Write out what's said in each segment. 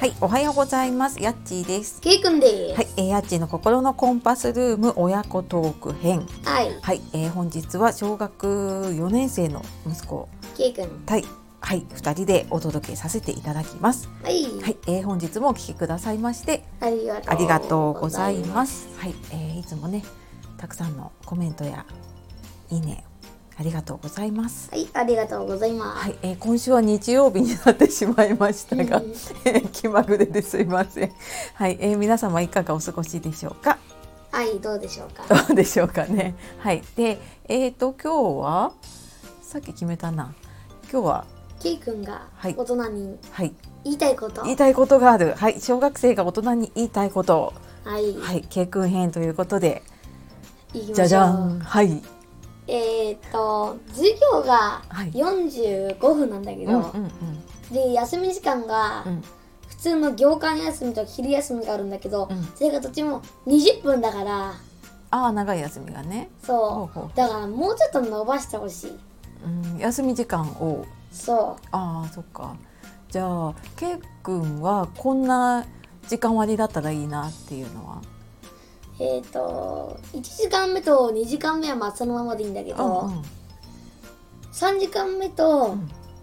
はい、おはようございます。やっちーです。ケイくんではい、えー、やっちーの心のコンパスルーム親子トーク編。す。はい、はい、えー、本日は小学4年生の息子ケイくん。対はい2人でお届けさせていただきます。はい、はい、えー、本日もお聞きくださいましてありがとう。ありがとうございます。はい、えー、いつもねたくさんのコメントやいいねありがとうございます。はい、ありがとうございます。はい、えー、今週は日曜日になってしまいましたがうん、えー気まぐれですいません。はい、えー、皆様いかがお過ごしでしょうか。 はい、どうでしょうか。どうでしょうかね。はい、で、えっ、と今日はさっき決めたな。今日はケイくんがはい大人にはい言いたいこと。は言いい、たいことがある。はい、小学生が大人に言いたいこと。ははい、経訓編ということで、い、きましょうじゃじゃん。。はい、えーっと、授業がはい45分なんだけうど、んうんで、休み時間がうん普通の業間休みと昼休みがあるんだけど、うんそれがどっちも20分だから、ああ長い休みがね。ほうほそうう。だからもうちょっと伸ばしてほしい。うん、休み時間をそああそっかじゃあケイ君はこんな時間割だったらいいなっていうのはう。えーっと、1時間目と2時間目はまあそのままでいいんだけど、うんうん3時間目と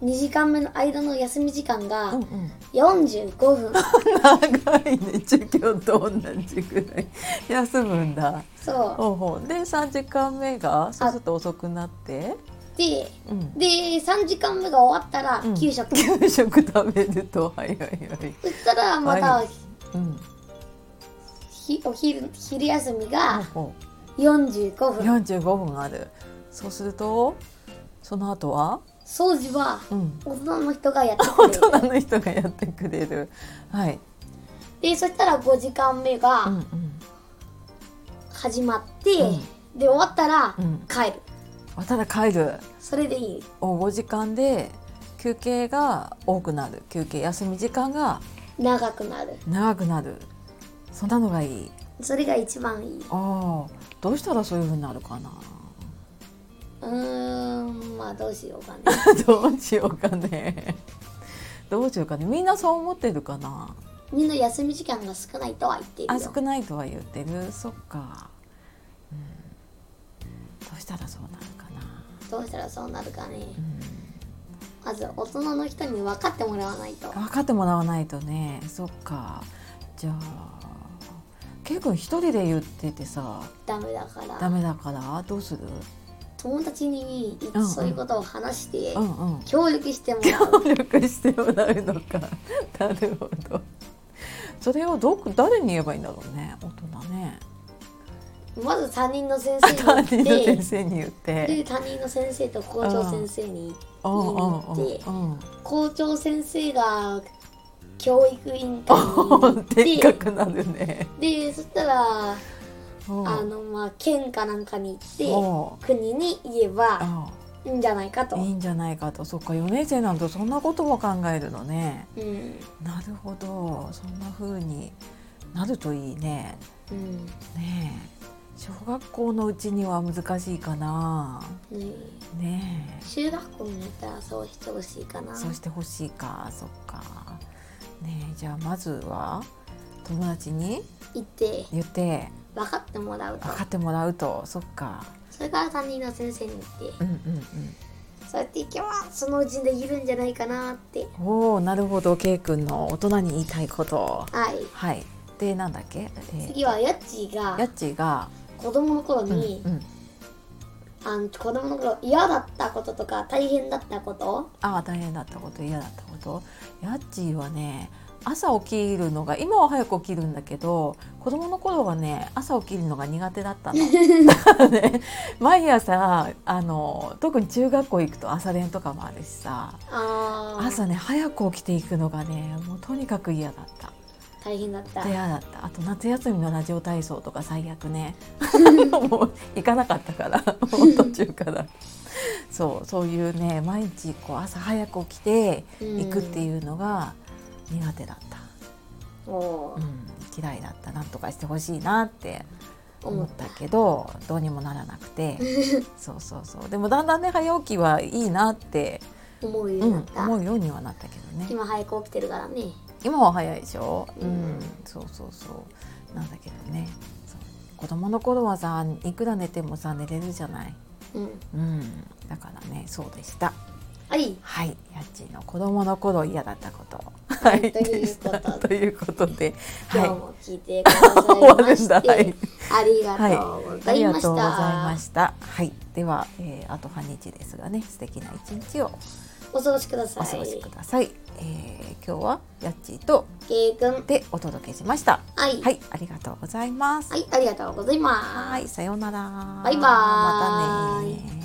2時間目の間の休み時間うがんうん45分長いね授業と同じぐらい 休むんだそほうほうで3時間目がそうすると遅くなって、うでうん、で3時間目が終わったらうん給食、そ給食食べると早い早い、したらまたはうん、ひお昼昼休みほうがほ45う分45分あるそうするとその後は、掃除はうん、 大人の人がやって大くれる人の人がやってくれるはい、でそしたら5時間目うがんうん始まって、うで終わったらうん帰るあただ帰るそれでいいお5時間で休憩が多くなる休憩休み時間が長くなる長くなるそんなのがいいそれが一番いいああどうしたらそういう風になるかなうーんまあどうしようかね どうしようかねどうしようかねみんなそう思ってるかなみんな休み時間が少ないとは言っているあよ少ないとは言ってるそっか、うん、どうしたらそうなるかな、どうしたらそうなるかねうんまず大人の人に分かってもらわないと分かってもらわないとねそっかじゃあケイ君一人で言っててさダメだかダらメだからどうする友達にうんそういうことを話してうんうん協力してもら う協力してもらうのかなるほどそれをどこ誰に言えばいいんだろうね大人ねまず担任の先担生任にの言先っ生に言っててで担任の先生と校長先生にうんうんでうん校長先生が教育委員会うん でっに行かってくなるねでそしたらうんあのまあ県かなんかに行うっんて国に言えばあいいんじゃないかといいんじゃないかとそっか4年生なんとそんなことも考えるのねうんなるほどそんな風になるといいねうんねえ小学校のうちには難しいかなねねえ中学校になったらそうしてほしいかなそうしてほしいかそっかねえじゃあまずは友達に行って言って分かってもらうと分かってもらうとそっかそれから担任の先生に言ってうんうんそうやっていけばそのうちできるんじゃないかなってうんおおなるほど K 君の大人に言いたいことはいはいでなんだっけ、え次はやっちーー、やがっちが、子供の頃うんに、うん、あの子供の頃嫌だったこととか大変だったことああ大変だったこと嫌だったことやっちはね朝起きるのが今は早く起きるんだけど子供の頃はね朝起きるのが苦手だったの。ね、毎朝あの特に中学校行くと朝練とかもあるしさあー朝ね早く起きていくのがねもうとにかく嫌だった。大変だった嫌だったあと夏休みのラジオ体操とか最悪ねもう行かなかったからもう途中からそうそういうね毎日こう朝早く起きて行くってういうのが苦手だった、んおうーん、嫌いだったなんとかしてほしいなって思思っったけどどうにもならなくてそうそうそうでもだんだんね早起きはいいなって、思うよううにんなった、思うようにはなったけどね今早く起きてるからね今は早いでしょ、ううんんそうそうそうなんだけどねそう子供の頃はさいくら寝てもさ寝れるじゃない、うん。うん、だからねそうでしたはい。はいやっちーの子供の頃嫌だったことはということでということで今は日いも聞いてくださ終わいまるんしだて、はいありがとうごあざりいがまとした。うございましたはいでは、えーあと半日ですがね素敵な一日をお過ごしくだおさ過い。ごしください、えー今日はやっちーとけいくん。でお届けしましたはい。ははい。い、ありがとうございます。ありがとうございます。はい、さようなら。バイバーイまたね